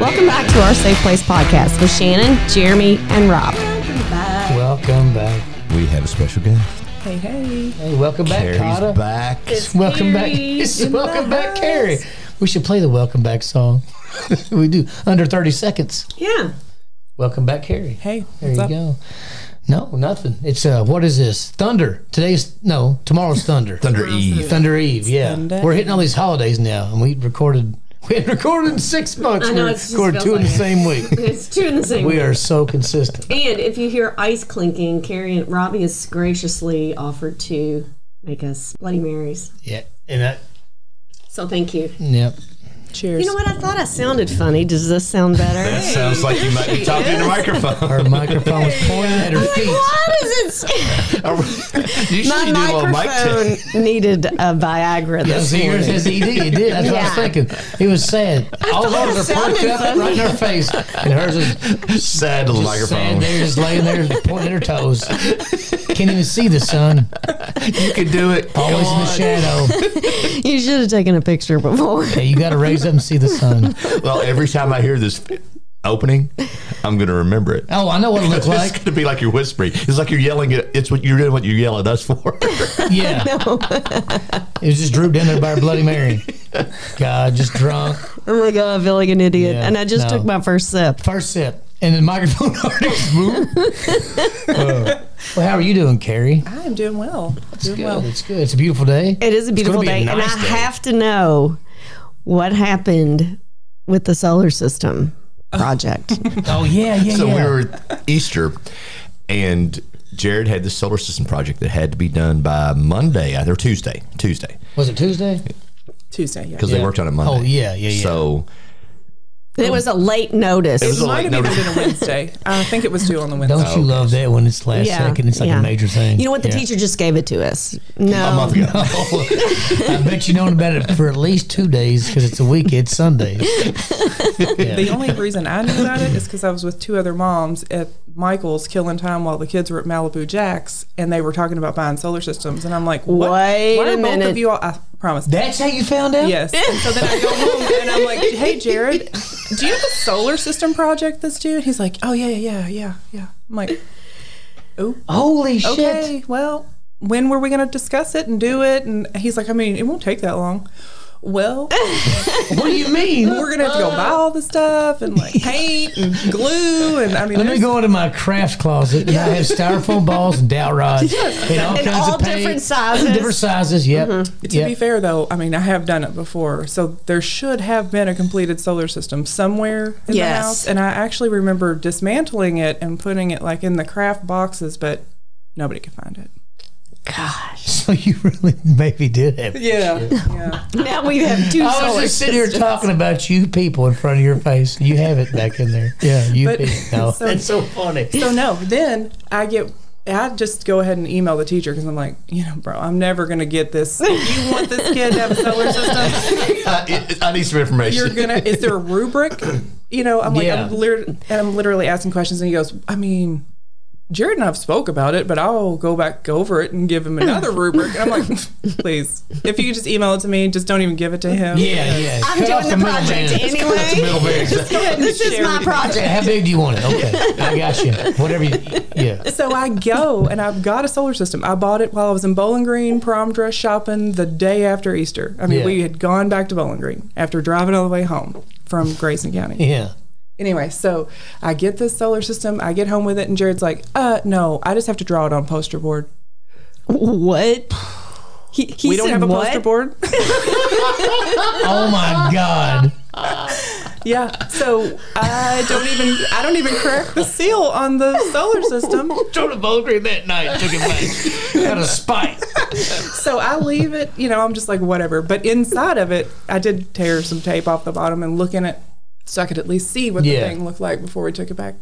Welcome back to our Safe Place podcast with Shannon, Jeremy, and Rob. Welcome back. We have a special guest. Hey, hey. Hey, welcome back, Carrie's Carter. back. Welcome back. Carrie in the welcome back, house. Carrie. We should play the welcome back song. we do under thirty seconds. Yeah. Welcome back, Carrie. Hey, There what's you go. up? No, nothing. It's uh, what is this? Thunder. Today's no. Tomorrow's thunder. Thunder Eve. Thunder Eve. Yeah, Thunder we're hitting all these holidays now, and we recorded. We had recorded in six months. I know, we it's just recorded two feels in the like it. same week. It's two in the same. We are so consistent. And if you hear ice clinking, Carrie and Robbie has graciously offered to make us Bloody Marys. Yeah, and that. So thank you. Yep. Cheers. You know what? I thought I sounded funny. Does this sound better? That sounds like you might be talking in the microphone. Her microphone was pointed at her feet. Why does it? you My should do a little mic check. microphone needed a Viagra That this was the year it morning. says ED. It did. That's Yeah. what I was thinking. It was sad. All thought those it are perked sounded up funny. right in her face, and hers is Sad to the just sad. microphone. They're just laying there, pointing at her toes. Can't even see the sun. You could do it. Always in the shadow. You should have taken a picture before. Yeah, you got to raise up and see the sun. Well, every time I hear this opening, I'm going to remember it. Oh, I know what it looked It's like. going to be like you're whispering. It's like you're yelling at. It's what you're doing. What you yell at us for. Yeah, it was just drooped in there by her Bloody Mary. God, just drunk. Oh my god, I feel like an idiot. Yeah, and I just no. took my first sip. First sip, and the microphone already moved. well, how are you doing, Carrie? I am doing well. doing Good. well. It's good. It's a beautiful day. It is a beautiful be a day, and I nice day. have to know what happened with the solar system project. Oh yeah, yeah, so yeah. we were at Easter, and Jared had this solar system project that had to be done by Monday Uh, or Tuesday. Tuesday Was it Tuesday? Tuesday, yeah. because Yeah. they worked on it Monday. Oh yeah, yeah, yeah. So it was a late notice. was It a might late have even notice. been a Wednesday. I think it was due on the Wednesday. Don't Oh, you love that when it's last Yeah, second? It's like yeah. a major thing. you know what? The Yeah. teacher just gave it to us. No, a month ago. I bet you known about it for at least two days because it's a weekend Sunday. The only reason I knew about it is because I was with two other moms at Michael's killing time while the kids were at Malibu Jacks, and they were talking about buying solar systems, and I'm like, what? Wait Why a are both minute. of you all? I promise. That's how you found out. Yes. And so then I go home and I'm like, hey, Jared, do you have a solar system project that's due? And he's like, oh, yeah, yeah, yeah, yeah. I'm like, Holy shit! okay, well, when were we going to discuss it and do it? And he's like, I mean, it won't take that long. Well, What do you mean? we're going to have to go buy all the stuff and like paint and glue. And I mean, Let me there's- go into my craft closet and I have styrofoam balls and dowel rods and all in kinds all of paint, different sizes. Mm-hmm. different sizes. Yep. to yep. be fair, though, I mean, I have done it before. So there should have been a completed solar system somewhere in the Yes. house. And I actually remember dismantling it and putting it like in the craft boxes, but nobody could find it. gosh. so you really maybe did have. Yeah. yeah. Now we have two I was solar just sitting here systems. talking about you people in front of your face. You have it back in there. Yeah, you But- people. No, so- that's so funny. So no, then I get. I just go ahead and email the teacher because I'm like, you know, bro, I'm never gonna get this. You want this kid to have a solar system? I, it- I need some information. You're gonna. Is there a rubric? You know, I'm like, Yeah. I'm lit- and I'm literally asking questions, and he goes, I mean, Jared and I've spoke about it, but I'll go back over it and give him another rubric. And I'm like, please, if you could just email it to me, just don't even give it to him. Yeah, yeah. I'm Cut off doing the middleman. project Let's cut off the anyway. middleman. this is my project. How big do you want it? Okay, I got you. Whatever you, yeah. So I go and I've got a solar system. I bought it while I was in Bowling Green prom dress shopping the day after Easter. I mean, Yeah. we had gone back to Bowling Green after driving all the way home from Grayson County. Yeah. Anyway, so I get this solar system. I get home with it, and Jared's like, "Uh, no, I just have to draw it on poster board. What? He, he We don't said have a what? poster board." Oh my God. yeah. So I don't even I don't even crack the seal on the solar system. Drove to Bowling Green that night. Took it back. Out of spite. So I leave it, you know, I'm just like, whatever. But inside of it, I did tear some tape off the bottom and look in it so I could at least see what Yeah. the thing looked like before we took it back.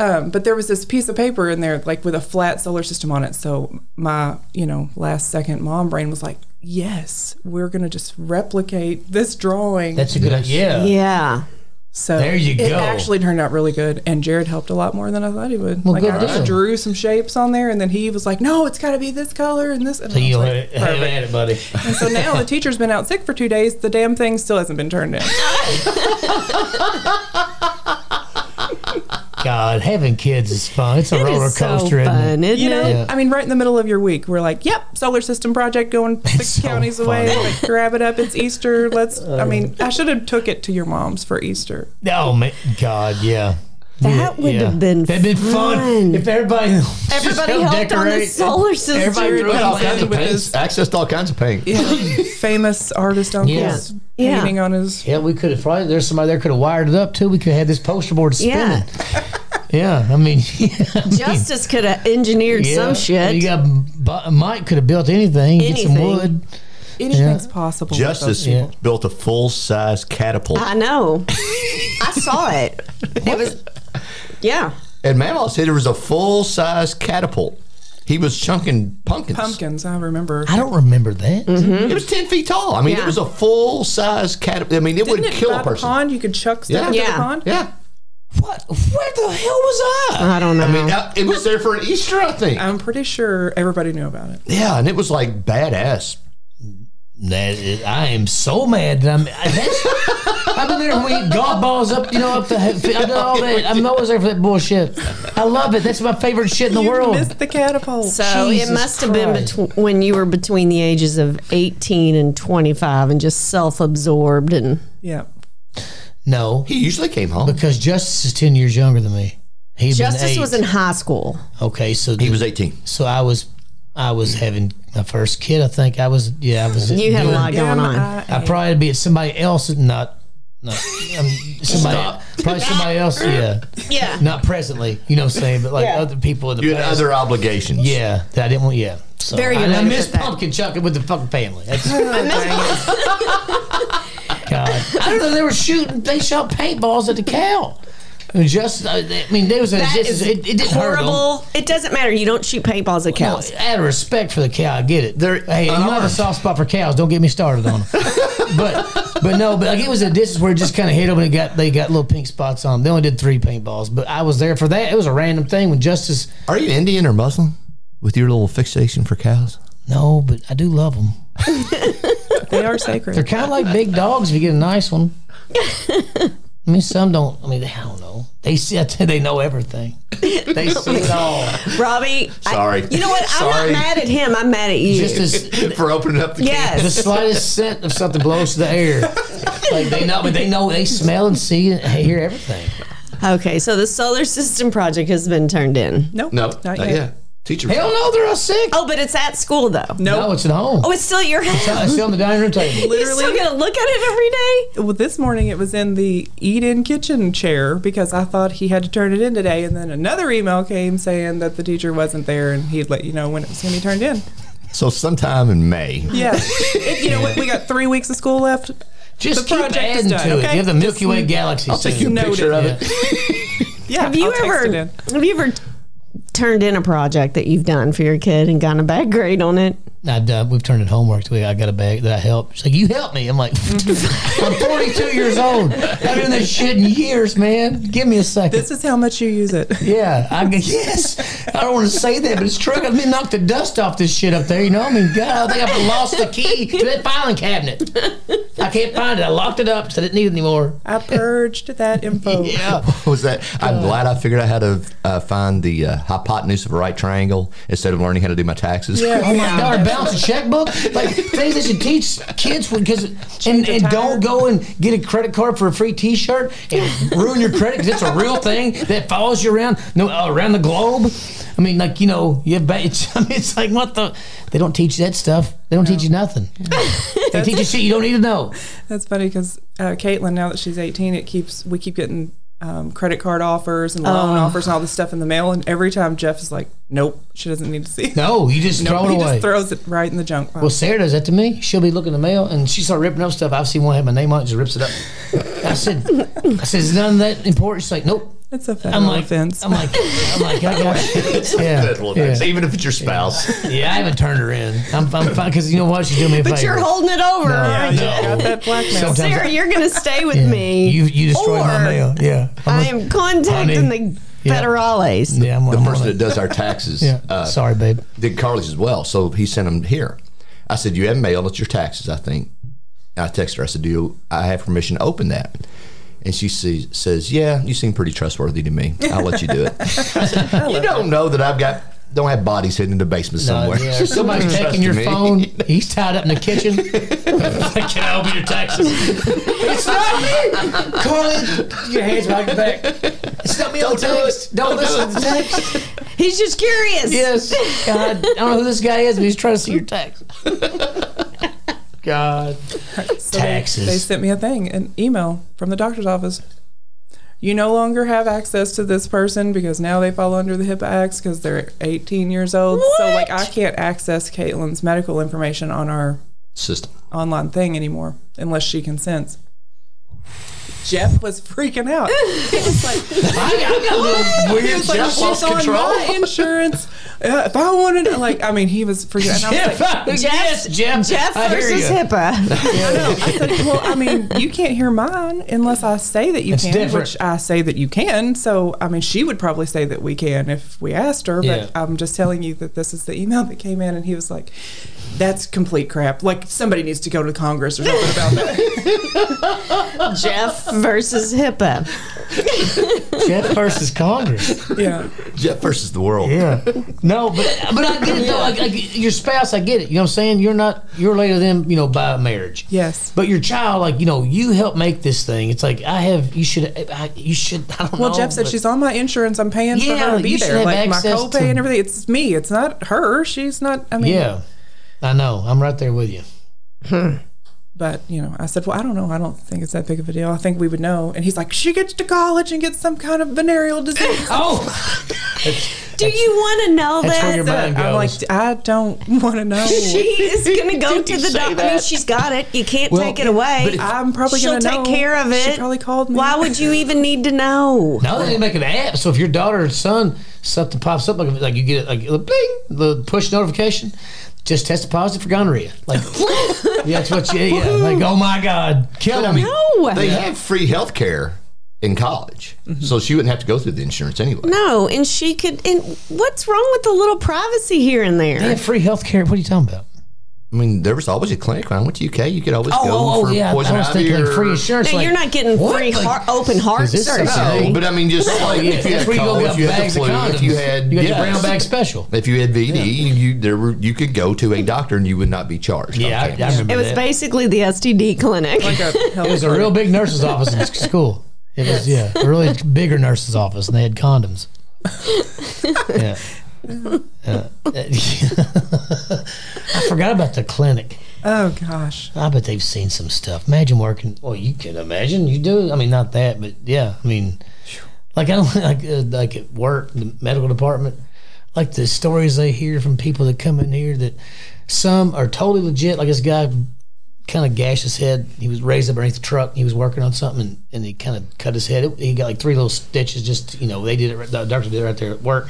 Um, but there was this piece of paper in there, like with a flat solar system on it. So my, you know, last second mom brain was like, yes, we're going to just replicate this drawing. That's a good idea. Yeah. so there you it go. actually turned out really good. And Jared helped a lot more than I thought he would. like good I deal. just drew some shapes on there and then he was like, no, it's got to be this color and this. And I was You'll have, like, have "Perfect." at it, buddy. And so now the teacher's been out sick for two days. The damn thing still hasn't been turned in. God, having kids is fun. It's a It roller is so coaster, isn't it? fun, isn't You know, it? I mean, right in the middle of your week, we're like, "Yep, solar system project going six so counties away. Like, grab it up. It's Easter. Let's." I mean, I should have took it to your mom's for Easter. Oh man, God, yeah. That would have been That'd been fun. fun if everybody Everybody helped helped on the solar system. Everybody Jared drew all Wayne kinds of with paints, his- accessed all kinds of paint. Famous artist uncle's Yeah. painting on his. Yeah, we could have probably there's somebody there could have wired it up too. We could have had this poster board Yeah. spinning. Yeah, I mean, Justice could have engineered yeah, some shit. You got Bu- Mike could have built anything. Get some Anything. wood. Anything's possible. with those Justice Yeah. built a full size catapult. I know. I saw it. It was yeah. and Mamaw said there was a full size catapult. He was chunking pumpkins. pumpkins. I remember. I don't remember that. Mm-hmm. It was 10 feet tall. I mean, Yeah. it was a full size catapult. I mean, it Didn't would it kill by a the person. pond? You could chuck stuff Yeah. into Yeah. the pond. Yeah. What? Where the hell was I? I don't know. I mean, I- it was there for an Easter, I think. I'm pretty sure everybody knew about it. Yeah, and it was like badass. That is, I am so mad that I'm. That's, I've been there week, golf balls up, you know, up the. I've done all that. I'm always there for that bullshit. I love it. That's my favorite shit in the you world. missed the catapult. so Jesus it must have been Christ. between when you were between the ages of 18 and 25 and just self-absorbed and yeah. No, He usually came home. because Justice is ten years younger than me. He's been Justice eight. was in high school. okay, so He was 18. so I was I was having my first kid. I think I was yeah I was. You had a doing- lot going on. M.I.A.. I probably be at somebody else not. No, um, somebody, probably somebody else. Yeah, Yeah. not presently. You know what I'm saying? But like other people in the You had past. other obligations. Yeah, that I didn't want. Yeah, so Very good I, way I to miss put that. pumpkin chucking with the fucking family. That's, God, I don't know. They were shooting. They shot paintballs at the cow. And just, I I mean, there was a. That this is is- it, it didn't hurt horrible. It doesn't matter. You don't shoot paintballs at them. cows. No, out of respect for the cow, I get it. They're hey, you have a unarmed. soft spot for cows. Don't get me started on them. but but no, but like it was a distance where it just kind of hit them and it got they got little pink spots on them. They only did three paintballs, but I was there for that. It was a random thing when Justice. Are you Indian or Muslim with your little fixation for cows? No, but I do love them. They are sacred. They're kind of like big dogs if you get a nice one. I mean, some don't. I mean, they, I don't know. They see. I tell you, they know everything. They see it all. Robbie, I- Sorry. you know what? I'm Sorry. not mad at him. I'm mad at you. Just as, for opening up the can. the yes. slightest scent of something blows to the air. Like they know, but they know. They smell and see and hear everything. Okay, so the solar system project has been turned in. Nope. No, Not uh, yet. yeah. Teacher. Hell no, they're all sick. Oh, but it's at school though. No. No, it's at home. Oh, it's still at your house. it's still on the dining room table. You're still Literally. gonna look at it every day. Well, this morning it was in the eat-in kitchen chair because I thought he had to turn it in today, and then another email came saying that the teacher wasn't there and he'd let you know when it was going to be turned in. So sometime in May. Yeah, If- you know what? We got three weeks of school left. Just The keep project is adding to done, it. okay? Give the Milky Way galaxy. I'll take you soon. a Noted. picture of Yeah. it. Yeah, Have you I'll text it ever in. have you ever turned in a project that you've done for your kid and gotten a bad grade on it? I've done, we've turned in homework. We, I got a bag that I helped. She's like, "You helped me." I'm like, "I'm 42 years old. I've been doing this shit in years, man. Give me a second. This is how much you use it. yeah, I g- yes. I don't want to say that, but it's true. I mean, knock the dust off this shit up there. You know, I mean, God, I think I've lost the key to that filing cabinet. I can't find it. I locked it up, so I didn't need it anymore. I purged that info. Yeah, What was that? I'm glad I figured out how to uh, find the uh, hypotenuse of a right triangle instead of learning how to do my taxes. Yeah. Oh my God, balance a checkbook? Like things that should teach kids because and, and tire. don't go and get a credit card for a free T-shirt and ruin your credit because it's a real thing that follows you around no uh, around the globe. I mean, like you know, you have ba- it's, I mean, it's like what the they don't teach you that stuff. They don't teach you nothing. they teach you shit you don't need to know. That's funny because uh, Caitlin, now that she's 18, it keeps we keep getting um, credit card offers and Oh. loan offers and all this stuff in the mail, and every time Jeff is like, "Nope, she doesn't need to see." it." No, you just throw it he away. just throws it right in the junk pile. Well, Sarah does that to me. She'll be looking in the mail and she started ripping up stuff. I've seen one have my name on it, just rips it up. I said, I said, is none of that important? She's like, nope. That's a I'm federal like, offense. I'm like, I'm like, I got you. Good yeah, little things, yeah, Even if it's your spouse. yeah. I haven't turned her in. I'm, I'm fine because you know what? She's doing me a But favor. you're holding it over. yeah, aren't you you? got that blackmail. Sometimes- Sarah, you're gonna stay with me. you you destroyed or my mail. Yeah, I'm I a- am contacting Honey. the Yeah. federales. Yeah, I'm, The I'm person on that it. does our taxes Yeah. uh, Sorry, babe. did Carly's as well. So he sent them here. I said, You have mail. It's your taxes, I think. I texted her. I said, Do you, I have permission to open that? And she sees, says, "Yeah, you seem pretty trustworthy to me. I'll let you do it." I said, "You don't know that I've got don't have bodies hidden in the basement somewhere. Uh, yeah, if somebody's Trust taking your me. phone. He's tied up in the kitchen. Can I open your taxes? it's not me, Carly. Your hands behind your back. It's not me on Don't do text. it. Don't, Don't do listen to text. He's just curious. Yes, God, I don't know who this guy is, but he's trying to see your text. God, So they- Taxes. They, sent me a thing, an email from the doctor's office. You no longer have access to this person because now they fall under the HIPAA Acts because they're 18 years old. So like I can't access Caitlin's medical information on our System. online thing anymore unless she consents. Jeff was freaking out. Weird. Like, Jeff she's lost on control. my insurance. Uh, if I wanted, to, like, I mean, he was freaking. And I was like, Jeff, yes, Jeff, Jeff I hear versus you. HIPAA. said, well, I mean, you can't hear mine unless I say that you It's can, different. which I say that you can. So, I mean, she would probably say that we can if we asked her, but Yeah. I'm just telling you that this is the email that came in, and he was like, that's complete crap. Like, somebody needs to go to Congress or something about that. Jeff versus HIPAA. Jeff versus Congress. yeah. Jeff versus the world. Yeah. No, but but I get it though. Like, like your spouse, I get it. You know what I'm saying? You're not you're related to them, you know, by marriage. Yes. But your child, like you know, you help make this thing. It's like I have. You should. I, you should. I don't know. Well, Jeff said Oh, but- she's on my insurance. I'm paying for Yeah, her to be you should there. have Like, my access copay to- and everything. It's me. It's not her. She's not, I mean, Yeah. I know. I'm right there with you. But you know, I said, "Well, I don't know. I don't think it's that big of a deal. I think we would know." And he's like, "She gets to college and gets some kind of venereal disease." Oh, Do you want to know that's where that? your mind goes. I'm like, "I don't want to know. she is going to go to you the say doctor. I mean, that? she's got it. You can't Well, take it away. I'm probably She'll gonna take know. care of it. She probably called me. Why would you even need to know? now they make an app. So if your daughter or son something pops up, like like you get like a bing, the push notification, just tested positive for gonorrhea. Like yeah, that's what you. Yeah. Like oh my god, kill But, I him. mean, No. They have free health care in college, Mm-hmm. so she wouldn't have to go through the insurance anyway. No, and she could. And what's wrong with the little privacy here and there? They have free health care. What are you talking about? I mean, there was always a clinic when I went to UK. You could always Oh, go for poison I was ivy thinking or free insurance. Now, like, you're not getting what? free Like, heart, open heart is this surgery. something? No, but I mean, just like yeah, if you that's had where you go cold, if get you had the bags of flu, condoms. if you had you got yes. your brown bag special. if you had VD, you there were you could go to a doctor and you would not be charged. on Yeah, I, I campus. remember It was that. basically the STD clinic. it was a real big nurse's office in sc- school. It was yeah, a really bigger nurse's office, and they had condoms. yeah. Uh, I forgot about the clinic. Oh gosh. I bet they've seen some stuff. Imagine working. Well, you can imagine you do. I mean, not that, but yeah. I mean, like I don't like uh, like at work, the medical department. Like the stories they hear from people that come in here that some are totally legit. Like this guy kind of gashed his head. He was raised up underneath the truck. He was working on something and, and he kind of cut his head. It- he got like three little stitches. Just you know, they did it. right- The doctor did it right there at work.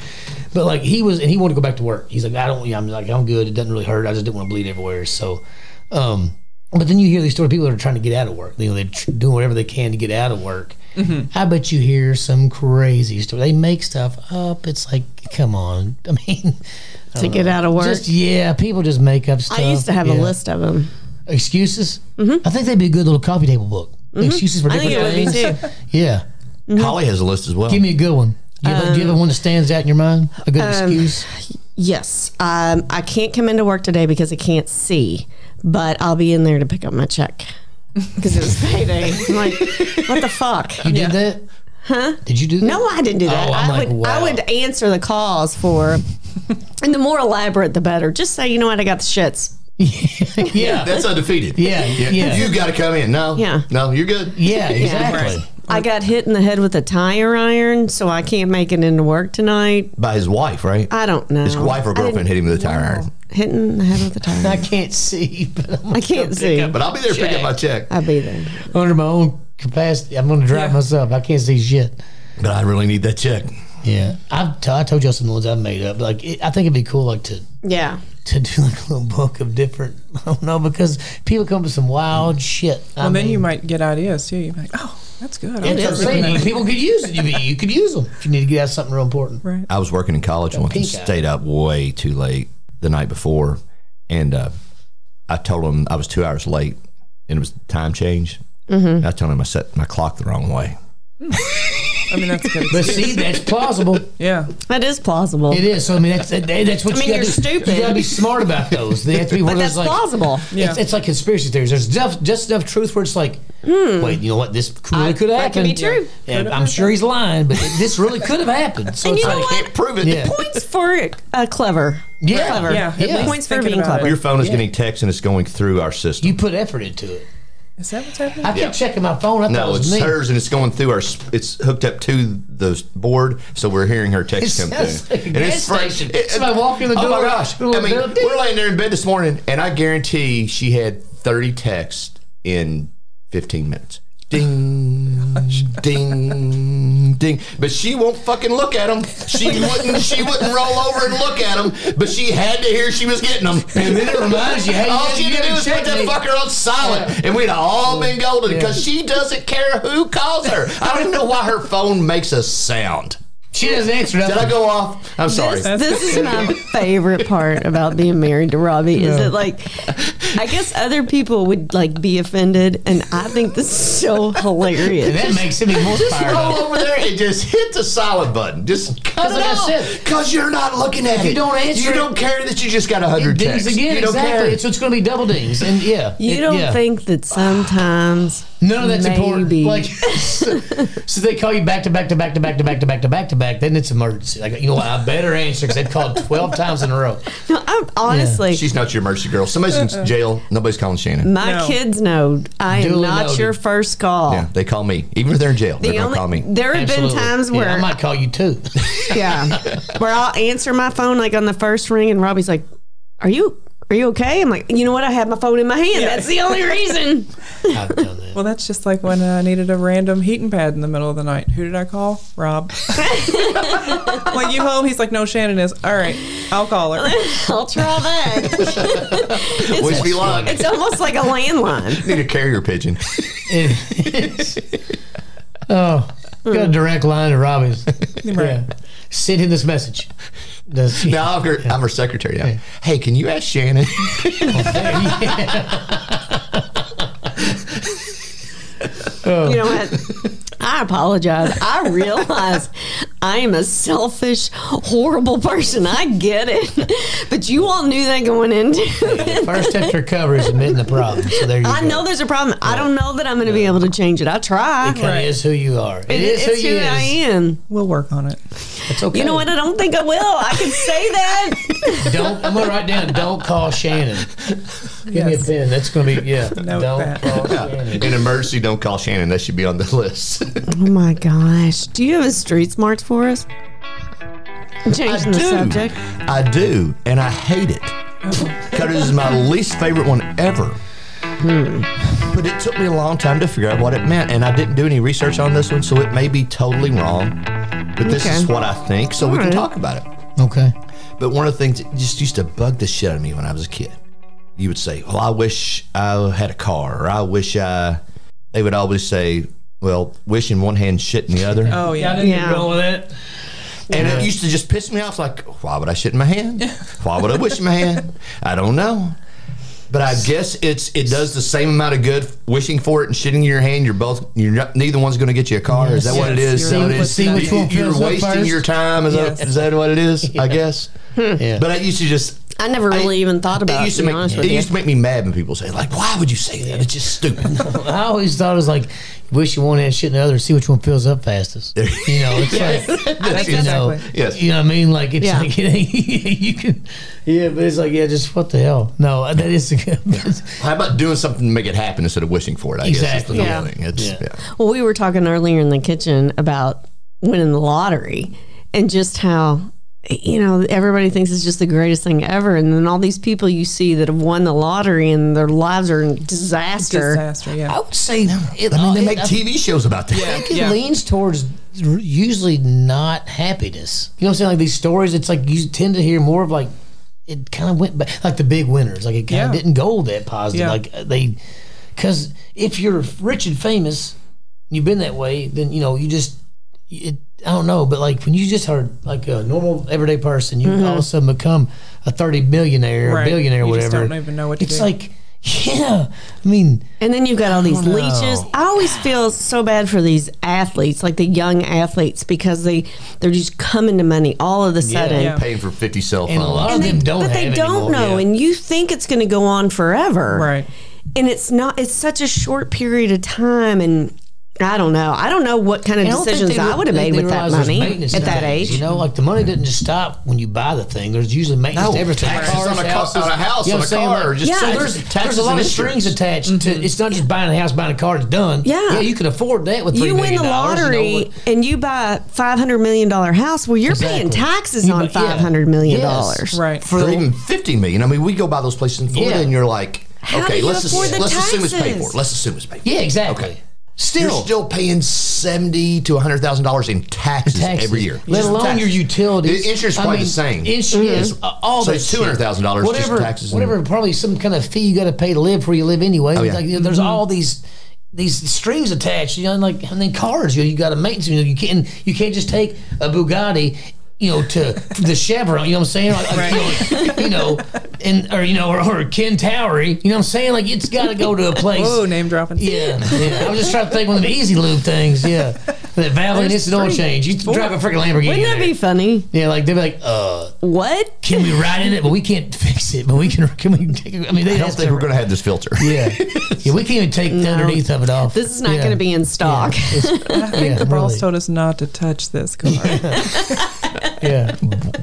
But like he was, and he wanted to go back to work. He's like, I don't. yeah, I'm like, I'm good. It doesn't really hurt. I just didn't want to bleed everywhere. So, um, but then you hear these stories. of People that are trying to get out of work. You know, they're tr- doing whatever they can to get out of work. Mm-hmm. I bet you hear some crazy story. They make stuff up. It's like, come on. I mean, to get out of work. just yeah, people just make up stuff. I used to have a Yeah list of them. excuses. I think they'd be a good little coffee table book. Excuses for Mm-hmm. I different think it would be things. too. Yeah, Holly has a list as well. Mm-hmm. give me a good one. Do you, have, do you Um, have one that stands out in your mind? A good excuse. Yes. Um, I can't come into work today because I can't see, but I'll be in there to pick up my check because it was payday. I'm like, what the fuck? You did that? Huh? Did you do that? No, I didn't do that. Oh, I'm I like, would I wow. would answer the calls for, and the more elaborate, the better. Just say, you know what, I got the shits. yeah. That's undefeated. Yeah, yeah. You got to come in. No, Yeah. no, you're good. Yeah, exactly. I got hit in the head with a tire iron, so I can't make it into work tonight. By his wife, right? Oh, I don't know. his wife or girlfriend hit him with a tire iron. Hit in the head with a tire. I can't see, but I'm I can't see. But I'll be there to pick up my check. I'll be there. under my own capacity. I'm going to drive myself. I can't see shit. But I really need that check. Yeah, I've t- I told you all some of the ones I've made up. Like, it, I think it'd be cool, like to Yeah. to do like a little book of different. I don't know because people come up with some wild shit. I Well, then mean- you might get ideas too. You're like, oh, that's good. I'm It is. sorry. Saying, people could use it. You, you could use them if you need to get out something real important. Right. I was working in college once and pink eye. stayed up way too late the night before. And uh, I told him I was two hours late and it was time change. Mm-hmm. I told him I set my clock the wrong way. I mean, that's a good. But see, that's plausible. yeah. That is plausible. It is. So I mean, that's that- that's what I mean, you you're got to do. stupid. You got to be smart about those. They have to be one but of that's those like. plausible. It's, it's like conspiracy theories. There's enough, just enough truth where it's like, wait, you know what? This really Hmm. I- could have that could happened. be true. Yeah, I'm sure he's lying, but this really could have happened. So And it's you know like, what? Can't prove it. Yeah. Points for uh, clever. Yeah. Clever. Yeah, at least Points for thinking being about clever. Your phone is getting texts and it's going through our system. You put effort into it. Is that what's happening? I kept checking my phone. I thought no, it it's was me. hers and it's going through our. s- It's hooked up to the board, so we're hearing her text It come sounds through. like a And gas it's fr- station. Somebody walk in the Oh my door, gosh! I little bell, mean, ding. we're laying there in bed this morning, and I guarantee she had thirty texts in fifteen minutes. Ding, ding, ding. But she won't fucking look at them. She wouldn't. She wouldn't roll over and look at them. But she had to hear she was getting them. And then it reminds you, hey, All you, she you had to do haven't was put checked that me. fucker on silent, and we'd have all been golden because she doesn't care who calls her. I don't even know why her phone makes a sound. She doesn't answer Did nothing. I go off? I'm sorry. This, this is my favorite part about being married to Robbie is that like I guess other people would like be offended and I think this is so And hilarious. that makes him even more fired Roll up. over there and just hit the silent button. Just cut it like I off said- because you're not looking at it. you don't answer You it- don't care that you just got a hundred Dings texts. again, you don't exactly. care. It's, it's going to be double dings, and yeah, You it- don't yeah. think that sometimes none of that's important. Maybe. Like, so, so they call you back to back to back to back to back to back to back to back. Then it's emergency. Like, you know what? I better answer because they've called twelve times in a row. no, I'm honestly She's not your mercy girl. Somebody's Uh-uh. in jail. Nobody's calling Shannon. my No. kids know I am Dually not noted. your first call. Yeah, they call me. Even if they're in jail, The they're only, gonna call me. There have Absolutely. been times Yeah, where I might call you too. yeah, where I'll answer my phone like on the first ring, and Robbie's like, "Are you are you okay?" I'm like, "You know what? I had my phone in my hand. That's the only reason." I've done that. Well, that's just like when I needed a random heating pad in the middle of the night. Who did I call? Rob. like you home? He's like, no, Shannon is. All right, I'll call her. I'll try that. Wish me luck. It's almost like a landline. Need a carrier pigeon. oh, got a direct line to Robbie's. Yeah. Send him this message. Does- Now I'm her, I'm her secretary. Now. Hey, can you ask Shannon? You know what? I apologize. I realize I am a selfish, horrible person. I get it. But you all knew that going into it. First step to recovery is admitting the problem. So there you I go. know there's a problem. I don't know that I'm going to be able to change it. I try. It kinda is who you are. it is it's who you I is. am. We'll work on it. It's okay. You know what? I don't think I will. I can say that. Don't. I'm gonna write down. Don't call Shannon. Give me a pen. That's gonna be yeah. Note don't that. call Shannon. in emergency, don't call Shannon. That should be on the list. Oh my gosh. Do you have a street smarts for us? Changing the subject. I do, and I hate it. Because it is my least favorite one ever. Hmm. But it took me a long time to figure out what it meant, and I didn't do any research on this one, so it may be totally wrong. But this is Okay. what I think, so we can Alright. talk about it. Okay. But one of the things that just used to bug the shit out of me when I was a kid, you would say, Well, I wish I had a car, or I wish I. They would always say, Well, wish in one hand, shit in the other. Oh yeah. didn't Yeah. with it. And it used to just piss me off. Like, why would I shit in my hand? Why would I wish in my hand? I don't know. But I guess it's it does the same amount of good wishing for it and shitting in your hand. You're both you're not, neither one's going to get you a car. is that Yes, what it yes, is? Is you're that what right. it is? See which one You- You're fills up wasting first? your time. Is, that, is that what it is? I guess. Yeah. But I used to just. I never really even thought about It it. used to Uh, be make honest it with you. used to make me mad when people say like, "Why would you say that? It's just stupid." I always thought it was like wish you one hand shit in the other. See which one fills up fastest. You know. It's like. That's You know, exactly. Yes. you know what I mean? Like, it's Yeah. like, you can, yeah, but it's like, yeah, just what the hell? No, that is a good, How about doing something to make it happen instead of wishing for it? I Exactly. guess is the Yeah. whole thing. It's, Yeah. yeah. Well, we were talking earlier in the kitchen about winning the lottery and just how you know everybody thinks it's just the greatest thing ever and then all these people you see that have won the lottery and their lives are in disaster, Disaster. Yeah. I would say, it, I mean, they it- make I- TV shows about that. I think it leans towards r- usually not happiness. You know what I'm saying? Like these stories, it's like you tend to hear more of like it kind of went back, like the big winners. Like it kind Yeah. of didn't go that positive. Yeah. Like uh, they, because if you're rich and famous, you've been that way, then you know you just. It, I don't know, but like when you just heard like a normal everyday person, you all of a sudden become a thirty millionaire or Mm-hmm. Right. billionaire or You just whatever. don't even know what to it's do. like yeah. I mean, And then you've got all Oh, these leeches. I always feel so bad for these athletes, like the young athletes, because they they're just coming to money all of a sudden. yeah. Paying for 50 cell and a lot phones. of them don't But they have don't anymore. know, Yeah. and you think it's going to go on forever, Right. And it's not. It's such a short period of time, and I don't know. I don't know what kind of I don't think decisions they I re- would have they- made they with that realize there's money at maintenance that to age. things, You know, like the money doesn't just stop when you buy the thing. There's usually maintenance No, to everything. taxes Cars, on a co- houses, on a house, you know on a what I'm saying? car, or just Yeah. so taxes- there's, taxes Mm-hmm. there's a lot and of insurance. strings attached to It's not just buying a house, buying a car, it's done. Yeah. Yeah, you can afford that with $3 You win the dollars, you know, lottery with- and you buy a five hundred million dollar house. Well, you're paying Exactly. taxes You on bu- yeah. five hundred million Yes. dollars. Right. Or even 50 million. I mean, we go by those places in Florida Yeah. and you're like, How do okay, you let's, just, afford the let's assume it's paid taxes? for. Let's assume it's paid for. Yeah, exactly. Okay. Still, you're still paying seventy to hundred thousand dollars in taxes, Taxes, every year. let Just alone taxes. your utilities. The insurance is probably the same. Insurance, all So that it's shit. $200,000 just Whatever, taxes and- Oh, whatever, probably some kind of fee you got to pay to live where you live anyway. yeah. Like, you know, there's all these these strings attached, you know, and like and then cars. You know, you got to maintenance. You know, you can't you can't just take a Bugatti. You know, to the Chevron, you know what I'm saying? Like, like, you, know, you know, and or you know, or, or Ken Towery, you know what I'm saying? Like it's got to go to a place. Oh, name dropping. Yeah, yeah. I was just trying to think one of the easy lube things. Yeah, that valve and instant oil change. You drive a freaking Lamborghini. Wouldn't that there. be funny? Yeah, like they'd be like, uh, What? can we ride in it? But we can't fix it. But we can. Can we? Take, I mean, they I don't think we're going to have this filter. Yeah, yeah. We can't even take the underneath of it off. This is not Yeah. going to be in stock. It's- I think Yeah, the boss really. told us not to touch this car. yeah.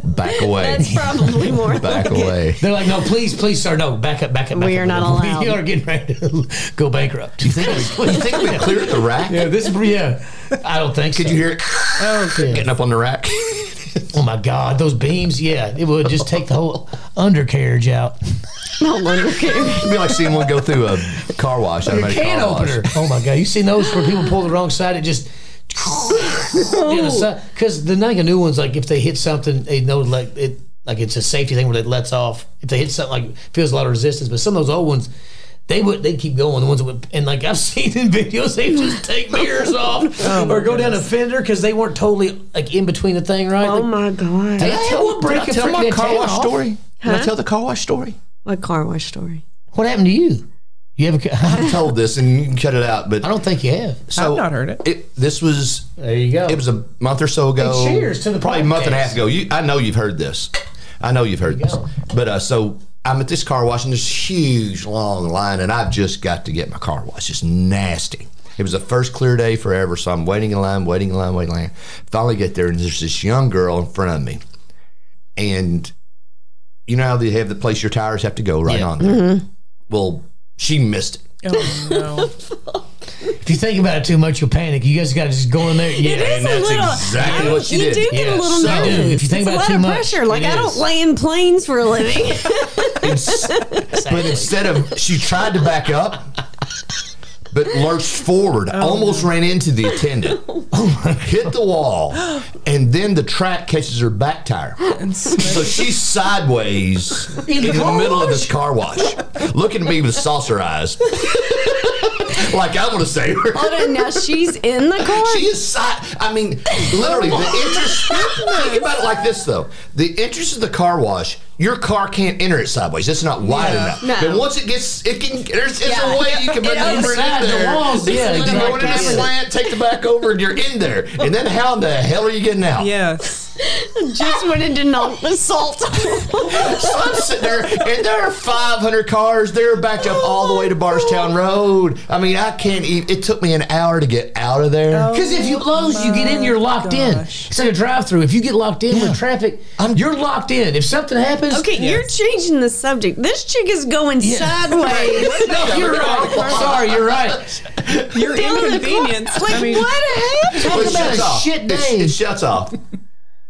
Back away. That's probably more. like Back it. away. They're like, no, please, please, sir, no, back up, back up. Back We up. are not allowed. We are getting ready to go bankrupt. You think we, you think we cleared the rack? Yeah, this. Yeah, I don't think. Could so. you hear it Oh, yeah. getting up on the rack? Oh my God, those beams! Yeah, it would just take the whole undercarriage out. No longer care. It'd be like seeing one go through a car wash. Your automatic can car wash. opener. Oh my god, you seen those where people pull the wrong side? It just because the like a new ones like if they hit something, they know like it like it's a safety thing where it lets off. If they hit something like feels a lot of resistance, but some of those old ones. They would. They keep going. The ones that would, and like I've seen in videos, they just take mirrors off or go down a fender because they weren't totally like in between the thing, right? Oh Like, my god! Did I tell, did I tell my car wash story? Did I tell the car wash story? What car wash story? What happened to you? You have. A, I I told this, and you can cut it out. But don't think you have. so I've not heard it. This was There you go. it was a month or so ago. Hey, cheers to the probably a month and a podcast. half ago. You, I know you've heard this. I know you've heard There this. you go. But uh, so I'm at this car wash and this huge long line, and I've just got to get my car washed. It's nasty. It was the first clear day forever, so I'm waiting in line, waiting in line, waiting in line. Finally get there, and there's this young girl in front of me, and you know how they have the place your tires have to go right Yeah. on there. Well, she missed it. Oh no! If you think about it too much, you'll panic. You guys got to just go in there. Yeah, It is and a that's little. exactly I- what she you did. do get Yeah. a little So, nervous. if you think it's about it a lot too of much, pressure. Like it I is. don't lay in planes for a living. But instead of she tried to back up, but lurched forward, almost ran into the attendant, hit the wall, and then the track catches her back tire. So she's sideways in the the, car middle of this car wash, looking at me with saucer eyes, like I want to save her. Oh, Hold on, now she's in the car. She is side. I mean, literally, the interest. think about it like this, though. The interest of the car wash, your car can't enter it sideways. It's not wide enough. No. But once it gets, it can. There's, it's Yeah. a way you can It maneuver it Inside in the there. walls, yeah, You can go in a exactly. slant, take the back over, and you're in there. And then how in the hell are you getting out? Yes. just wanted to knock the salt. So I'm sitting there, and there are 500 cars. They're backed up all the way to Barstown Road. I mean, I can't even. It took me an hour to get out of there. Because if you close, you get in, you're locked in. Oh, gosh. It's like a drive-through. If you get locked in with traffic, you're locked in. If something happens, okay, you're changing the subject. This chick is going sideways. No, you're right. Sorry, you're right. Your Down the car. inconvenience. Like I mean, what happened? It Talk about shuts a off. shit It sh- day. It shuts off.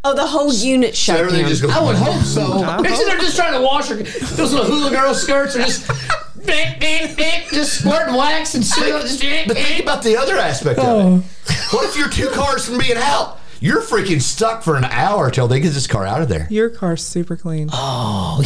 Oh, the whole unit shut Everything down. just goes. I would hope so. Imagine they're just trying to wash her. Those little hula girl skirts are just. bit, bit, bit, just squirting wax and shit. Just, But think about the other aspect Oh. of it. What if you're two cars from being out? You're freaking stuck for an hour till they get this car out of there. your car's super clean. Oh.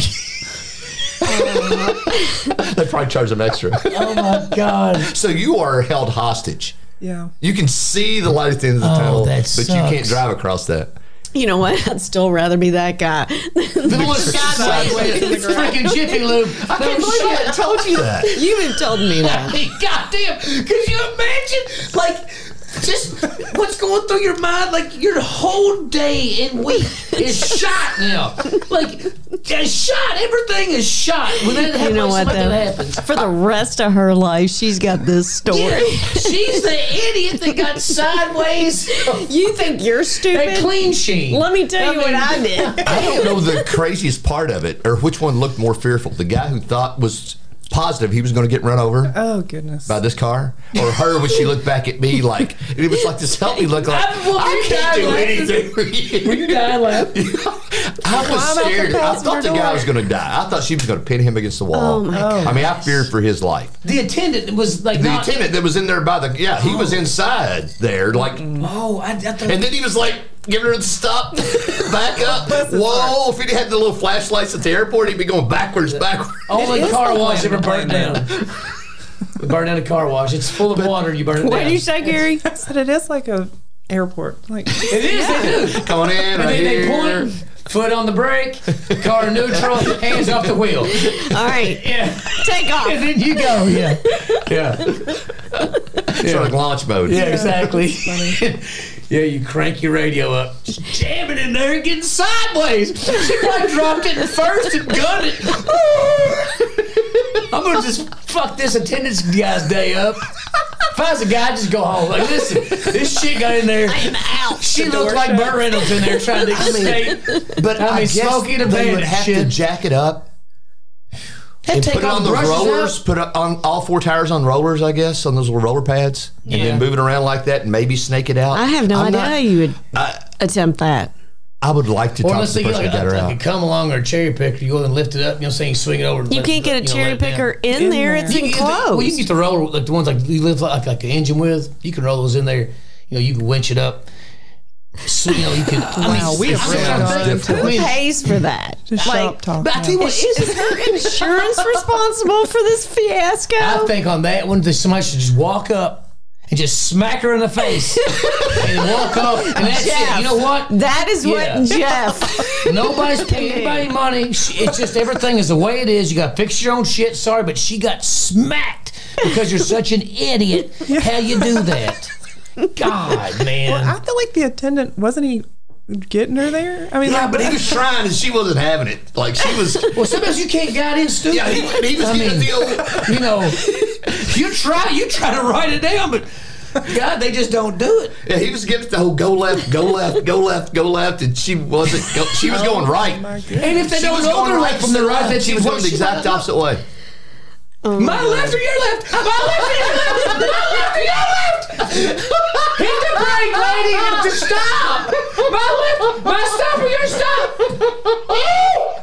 They probably charge them extra. oh my god. so you are held hostage. Yeah. You can see the light at the end of the Oh, tunnel, that but you can't sucks. drive across that. You know what? I'd still rather be that guy. The list sideways in the freaking Jiffy Lube. I can't believe I hadn't told you that. you have told me that. God damn! Could you imagine? Like, just what's going through your mind? Like your whole day and week is shot now. Like, it's shot. Everything is shot. When that happens, You know what? something Though, happens. for the rest of her life, she's got this story. Yeah, she's the idiot that got sideways You think you're stupid? and clean sheet. Let me tell you what I did. I don't know the craziest part of it or which one looked more fearful. The guy who thought was positive he was going to get run over Oh goodness. by this car or her when she looked back at me like, it was like this help me look like, I'm- well, I you can't do guys- anything for you. When you die, laugh. I was the scared. I thought the passenger guy door. was going to die. I thought she was going to pin him against the Oh, wall. my I mean, I feared for his life. The attendant was like, The not- attendant that was in there by the yeah, he was inside there like, Oh, I, I thought. and then he was like. Giving her the stop, back up. Whoa! If he had the little flashlights at the airport, he'd be going backwards, backwards. Only It is car like wash laying ever burned down. down. we burn down a car wash. It's full of water. You burn it What down. did you say, Gary? I said it is like a airport. Like It is. They do. Come on in, And right then they here. point, foot on the brake, car neutral, hands off the wheel. All right, Yeah. take off. And then you go. Yeah. Yeah. Truck launch mode. Yeah, exactly. yeah, you crank your radio up, just jam it in there and getting sideways. She probably dropped it first and gunned it. I'm gonna just fuck this attendance guy's day up. If I was a guy, I'd just go home. Like, listen, this shit got in there. I'm out. She looked like Burt Reynolds in there trying to escape. But I I, mean, guess Smokey the they would Bandit have to shit. jack it up Hey, and put it on the rollers, put it on all four tires on rollers, I guess, on those little roller pads, and Yeah. then move it around like that and maybe snake it out. I have no I'm idea not- how you would attempt that. I would like to Or talk to unless the they get person like that got a, her like a out. come along or a cherry picker, you go and lift it up. You know, what I'm saying you swing it over. and You let- can't get a you know, let cherry it down. picker in, In there. there. It's You can get the- enclosed. Well, you can get the roller, like the ones like you live like, like the engine with. You can roll those in there. You know, you can winch it up. So, you know, you can. I mean, Wow, we it's- have really it's- gone it's- different. I mean, Who pays for that? just shop talk. but I tell you what, Is, is her insurance responsible for this fiasco? I think on that one, that somebody should just walk up and just smack her in the face and walk up, and that's it. You know what? that is Yeah. what Jeff. Nobody's paying anybody money. She- It's just everything is the way it is. You got to fix your own shit. Sorry, but she got smacked because you're such an idiot. How you do that? God, man. I feel like the attendant wasn't he getting her there? I mean, Yeah, like, but he was trying and she wasn't having it. Like she was. Well, sometimes you can't guide in stupid. Yeah, he, he was I getting mean, the old. you know, you try, you try to write it down, but God, they just don't do it. Yeah, he was getting the whole go left, go left, go left, go left, and she wasn't. Go, she was going right. my goodness. And if they She don't was know going their left from the right, that she was going the exact opposite way. My left or your left? My left or your left? My left or your left? Hit the brake, lady, and to stop. My left, my stop or your stop?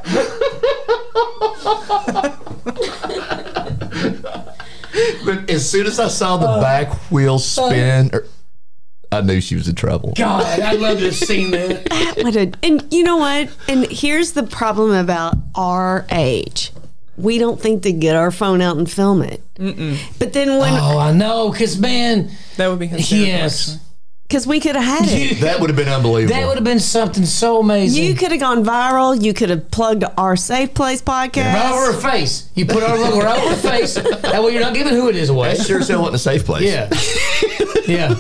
But as soon as I saw the back wheel spin, er, I knew she was in trouble. God, I love this scene. That What a, and you know what? And here's the problem about our age. We don't think to get our phone out and film it. But then when, oh, I know, cause man, that would be hysterical. yes, because we could have had it. That would have been unbelievable. that would have been something so amazing. You could have gone viral. You could have plugged our Safe Place podcast. Right over her face. You put our logo right over her face. That way you're not giving who it is away. That sure as hell wasn't a safe place. Yeah. Yeah.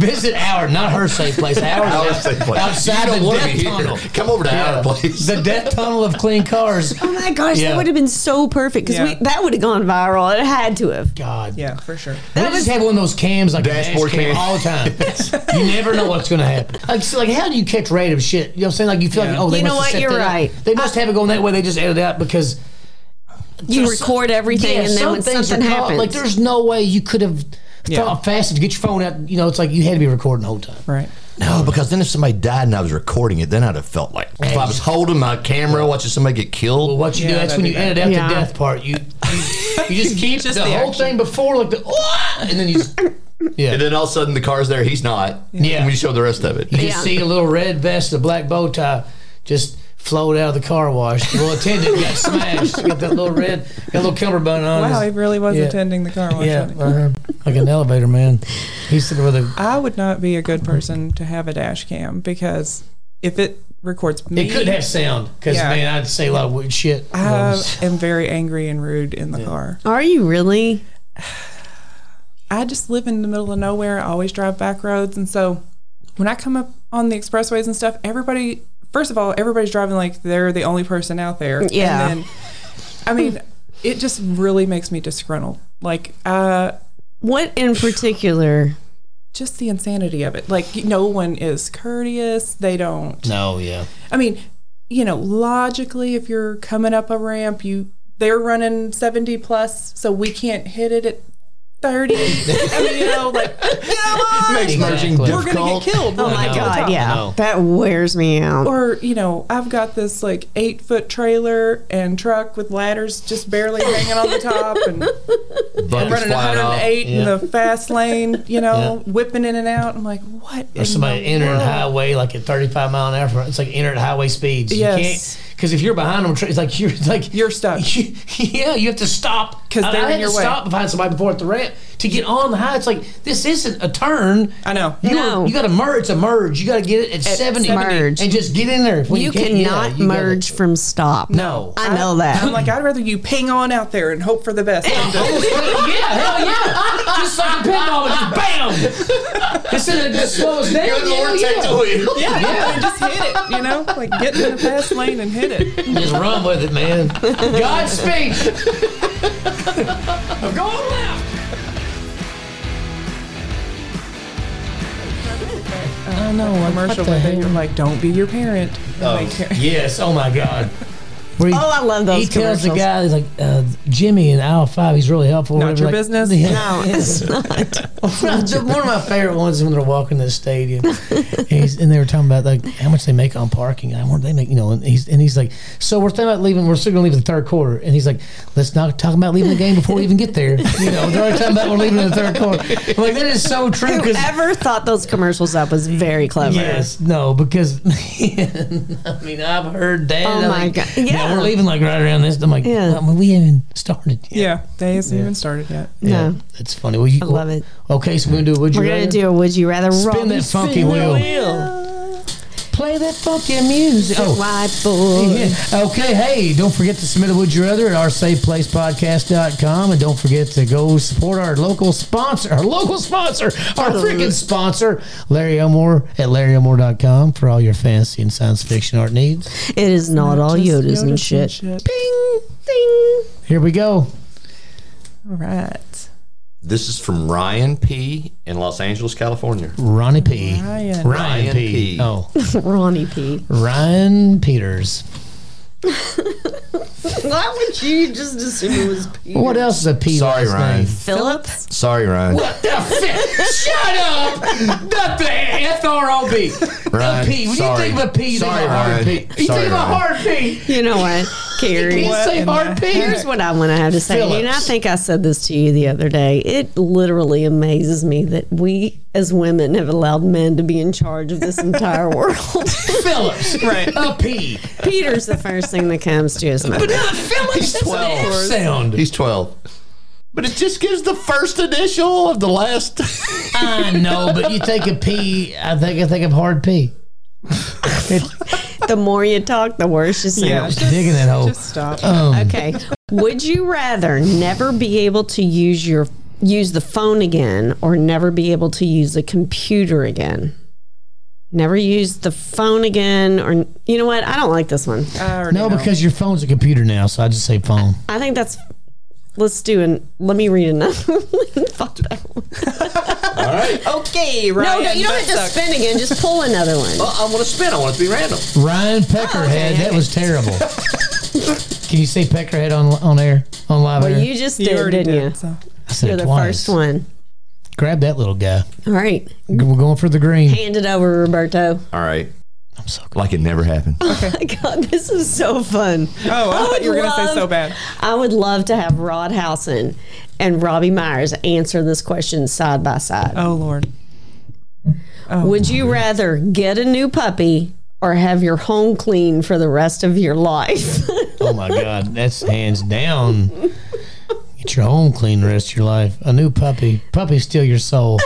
Visit our, not her safe place. Our, Not a safe place. Outside you don't the want to death be tunnel. here. Come over to our place. The death tunnel of clean cars. Oh my gosh, Yeah. that would have been so perfect because Yeah. that would have gone viral. It had to have. God. Yeah, for sure. They just have one of those cams like dashboard Dashboard cam, cam. all the time. you never know what's going to happen. Like, so, like, how do you catch random shit? You know what I'm saying? Like, you feel like, Yeah. oh, they You know must have what? set You're that up. right. They must have it going that way. They just edit it out because You There's- record everything, and then some when things something are caught- happens, Like, there's no way you could have Yeah. thought faster to get your phone out. You know, it's like you had to be recording the whole time. Right. No, because then if somebody died and I was recording it, then I'd have felt like if I was holding my camera watching somebody But get killed. what you do, Yeah, that's that'd when you be bad. edit out Yeah. the death part. You you, you just keep Just the, the whole action. thing before, like the, "Ah!" and then you just, And then all of a sudden the car's there, he's not. Yeah. And we show the rest of it. you just Yeah. see a little red vest, a black bow tie, just float out of the car wash. The little attendant got smashed. Got that little red, got a little cummerbund on. Wow, he really was Yeah. attending the car wash. yeah, wasn't he? uh-huh. like an elevator man. He's sitting with a. I would not be a good person to have a dash cam because if it records me, It could have sound because Yeah. Uh, man, I'd say a lot of weird shit. I am very angry and rude in the car. Are you really? I just live in the middle of nowhere. I always drive back roads. And so when I come up on the expressways and stuff, everybody, first of all, everybody's driving like they're the only person out there. Yeah. And then, I mean, it just really makes me disgruntled. Like, uh, What in particular? just the insanity of it. Like, no one is courteous. They don't no, yeah. I mean, you know, logically, if you're coming up a ramp, you they're running 70 plus, so we can't hit it at 30. I mean, you know, like Makes merging Exactly. we're gonna difficult. get killed. Oh my know. god, yeah, know. that wears me out. Or you know, I've got this like eight foot trailer and truck with ladders just barely hanging on the top, and Buckets running flying off. 108 in Yeah. the fast lane. You know, whipping in and out. I'm like, what? Or in somebody the entering world? highway like at 35 mile an hour. It's like entering highway speeds. Yes. You can't because if you're behind them, it's like you're it's like You're stuck. yeah, you have to stop 'Cause I- they're I in had your to way. stop behind somebody before at the ramp to get on the high. It's like this isn't a turn. I know. You are- No. you got to merge. It's a merge. You got to get it at, 70 merge. and just get in there. When you can, yeah, cannot you gotta- merge from stop. No. I know that. I'm like, I'd rather you ping on out there and hope for the best. than to- Oh, yeah, hell yeah. Just like a pinball, but just bam. Instead of just slows down. Good Lord, yeah, take yeah. the wheel. Yeah, yeah, just hit it, you know? Like get in the fast lane and hit it. Just run with it, man. Godspeed. I'm going left. I know, commercial, the but then hell? you're like, don't be your parent. Oh. Like, Yes. Oh my God. Where he, Oh, I love those he tells the commercials. guy, he's like, uh, Jimmy in aisle five, he's really helpful. Not your Like, business? yeah. No, it's not. One of my favorite ones is when they're walking to the stadium, and, he's, and they were talking about like how much they make on parking. I wonder they make, you know, and he's and he's like, so we're thinking about leaving. We're still going to leave in the third quarter, and he's like, let's not talk about leaving the game before we even get there. You know, they're already talking about we're leaving in the third quarter. I'm like that is so true. 'cause- Whoever thought those commercials up was very clever. Yes, no, because man, I mean I've heard that. Oh, I'm my like, God. yeah, Yeah. we're leaving like right around this. I'm like, Yeah. yeah, we haven't started yet. yeah, they hasn't even started yet. Yeah, No. that's funny. Well, you, I love it. Okay, so we're gonna do. Would you? We're gonna rather? do a would you rather roll Spin that this funky thing wheel. wheel. Play that funky music. Oh. White boy. yeah. Okay, hey, don't forget to submit a Would You Rather at our safeplacepodcast.com. And don't forget to go support our local sponsor, our local sponsor, our freaking sponsor, Larry Elmore at larryelmore.com for all your fantasy and science fiction art needs. It is not all Just Yodas, and Yodas shit. Ding, ding. Here we go. All right. This is from Ryan P. in Los Angeles, California. Ronnie P. Ryan. Ryan P. P. Oh, Ronnie P. Ryan Peters. Why would you just assume it was P? What else is a P? Sorry, last Ryan. name? Philip? Sorry, Ryan. What the fuck? Shut up! Not the F R O B. Ryan, A P. When sorry. you think of a P, you Sorry, think of a Ryan. hard P. You Sorry, think of a Ryan. hard P. You know what, Carrie? You What say in hard the P. Here's what I'm going to have to say. And I Phillips. think I said this to you the other day. It literally amazes me that we as women have allowed men to be in charge of this entire world. Phillips. Right. A P. Peter's the first thing that comes to his mind. But not Phillips. He's That's an 12. F sound. He's 12. But it just gives the first initial of the last. I know, but you think of P, I think I think of hard P. The more you talk, the worse you sound. digging that hole. Just stop. Okay. Would you rather never be able to use your use the phone again or never be able to use a computer again? Never use the phone again or you know what? I don't like this one. I already No, know. because your phone's a computer now, so I just say phone. I think that's. Let's do an. Let me read another one. Fuck that one. All right. okay, right. No, no, you don't have to spin again. Just pull another one. I want to spin. I want it to be random. Ryan Peckerhead, that was terrible. Can you say Peckerhead on on air on live Well, air? you just You did, already didn't did. you? So. I said You're it the twice. first one. Grab that little guy. All right, We're going for the green. hand it over, Roberto. All right. I'm so glad. Like it never happened. My God, this is so fun. Oh, I thought you were going to say so bad. I would love to have Rod Housen and Robbie Myers answer this question side by side. Oh, Lord. Oh Would you rather get a new puppy or have your home clean for the rest of your life? Oh my God, that's hands down. Get your home clean the rest of your life. A new puppy. Puppies steal your soul.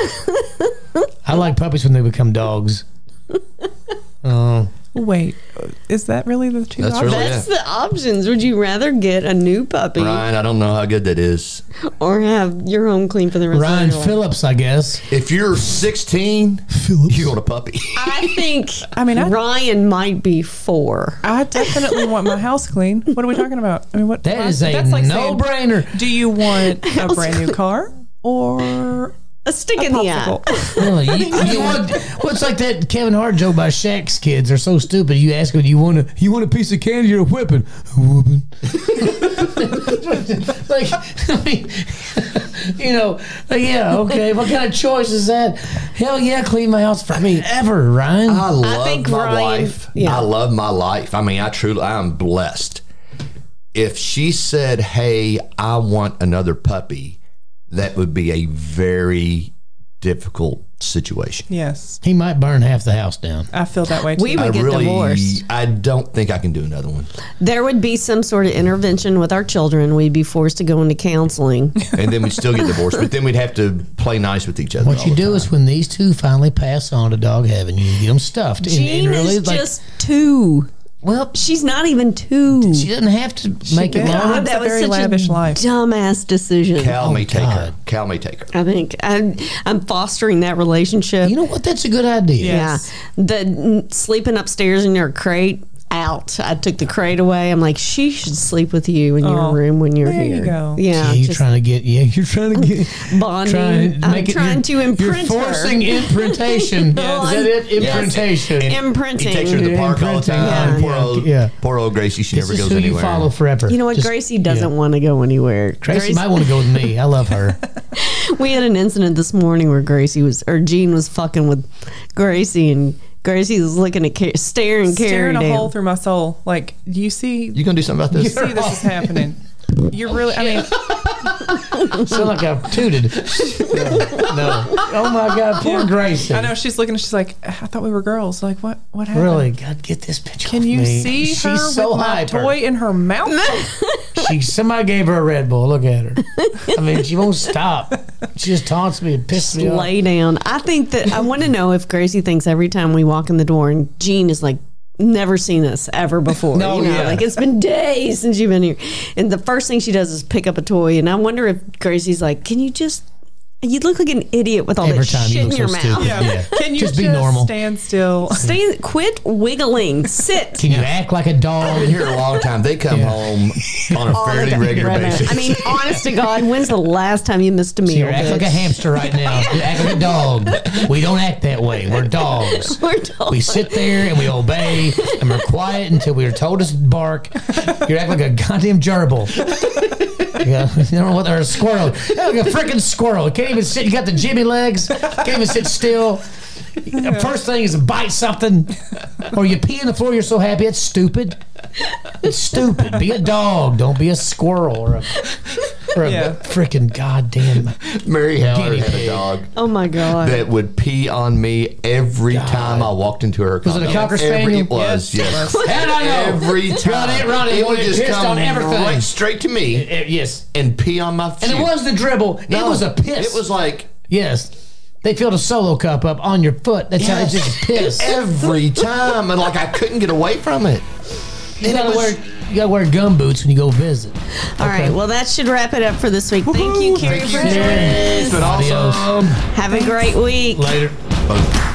I like puppies when they become dogs. Oh, Wait, is that really the two? That's options? really- That's the options. Would you rather get a new puppy Ryan, I don't know how good that is. or have your home clean for the rest Ryan of your life? Phillips, I guess. If you're 16, you want a puppy. I think I mean, I- Ryan might be four. I definitely want my house clean. What are we talking about? I mean, what That is a that's like saying, no-brainer. Do you want a brand new car or A stick in the eye. popsicle? Really, you, you want, well, it's like that Kevin Hart joke by Shaq's kids are so stupid. You ask them, you want a you want a piece of candy or a whipping? A whooping. like, I mean, you know, like, yeah, okay. What kind of choice is that? Hell yeah, clean my house for me ever, Ryan. I love think my Ryan- life. yeah. I love my life. I mean, I truly, I am blessed. If she said, "Hey, I want another puppy," that would be a very difficult situation. Yes, he might burn half the house down. I feel that way too. We would I get really, divorced. I don't think I can do another one. There would be some sort of intervention with our children. We'd be forced to go into counseling. And then we'd still get divorced, but then we'd have to play nice with each other. What all you the do time. is when these two finally pass on to dog heaven, you get them stuffed. And- and Jean really, is like, just two. well, She's not even two. she doesn't have to make it did. long. It's a very lavish life. dumbass decision. Cal may take her. Oh God. Cal may take her. I think I'm, I'm fostering that relationship. You know what? That's a good idea. Yes. Yeah, the n- sleeping upstairs in your crate. Out. I took the crate away. I'm like, she should sleep with you in your Oh, room when you're there you here. go. Yeah, Yeah, you're just trying to get. Yeah, you're trying to get bonding. Trying to I'm make it- trying to you're- imprint You're forcing her. imprintation. Well, Is that it? yes. Imprintation. Imprinting. He takes her to the Yeah, park all the imprinting. time. Yeah. Poor, old, Yeah. poor old Gracie. She This never is goes who anywhere. you follow forever. You know what? Just- Gracie doesn't yeah. want to go anywhere. Gracie, might want to go with me. I love her. we had an incident this morning where Gracie was, or Jean was fucking with Gracie, and Gracie was looking at, Car- staring, Carrie Staring a down. hole through my soul. Like, do you see, You you gonna do something about this? see this is happening. You're really. I mean, Sound like I've tooted. Yeah. No. Oh my God, poor Gracie. I know she's looking. She's like, I thought we were girls. Like, what? What happened? Really, God, get this picture. Can off you me. see She's her so with my hyper. toy in her mouth? She somebody gave her a Red Bull. Look at her. I mean, she won't stop. She just taunts me and pisses me off. lay down. I think that I want to know if Gracie thinks every time we walk in the door and Jean is like, never seen us ever before. No, you know, yeah. like it's been days since you've been here. And the first thing she does is pick up a toy. And I wonder if Gracie's like, can you just, you look like an idiot with all Every that time shit you in look so your mouth. stupid. Yeah. Can you just be normal. stand still? Stay, quit wiggling. Sit. Can you act like a dog? been here a long time. They come home on a fairly regular basis. I mean, honest to God, when's the last time you missed a meal? You're acting like a bitch? hamster right now. You act like a dog. We don't act that way. We're dogs. We're told- We sit there and we obey and we're quiet until we are told to bark. You act like a goddamn gerbil. Yeah, you know what? Or a squirrel. You act Like a freaking squirrel. You can't even sit. You got the jimmy legs. Can't even sit still. The First thing is bite something, or you pee on the floor. You're so happy. It's stupid. It's stupid. Be a dog. Don't be a squirrel or a or a Yeah. freaking goddamn. Mary Heller Guinea had a pig. dog Oh my God. that would pee on me every time I walked into her condo. it a Cocker every, Spaniel? It was, yes. Hell no. Every time. it, run it. You would would've just pissed come on everything. right straight to me Eh, Yes. and pee on my And it shoe. was the dribble. No, it was a piss. It was like yes. They filled a solo cup up on your foot. That's how it just piss. every time. And like I couldn't get away from it. you it gotta was- wear you gotta wear gum boots when you go visit. All right. Well, that should wrap it up for this week. Thank you, Carrie. Thank for you, Carrie. joining us. But also, Adios. Have a great week. Later. Boom.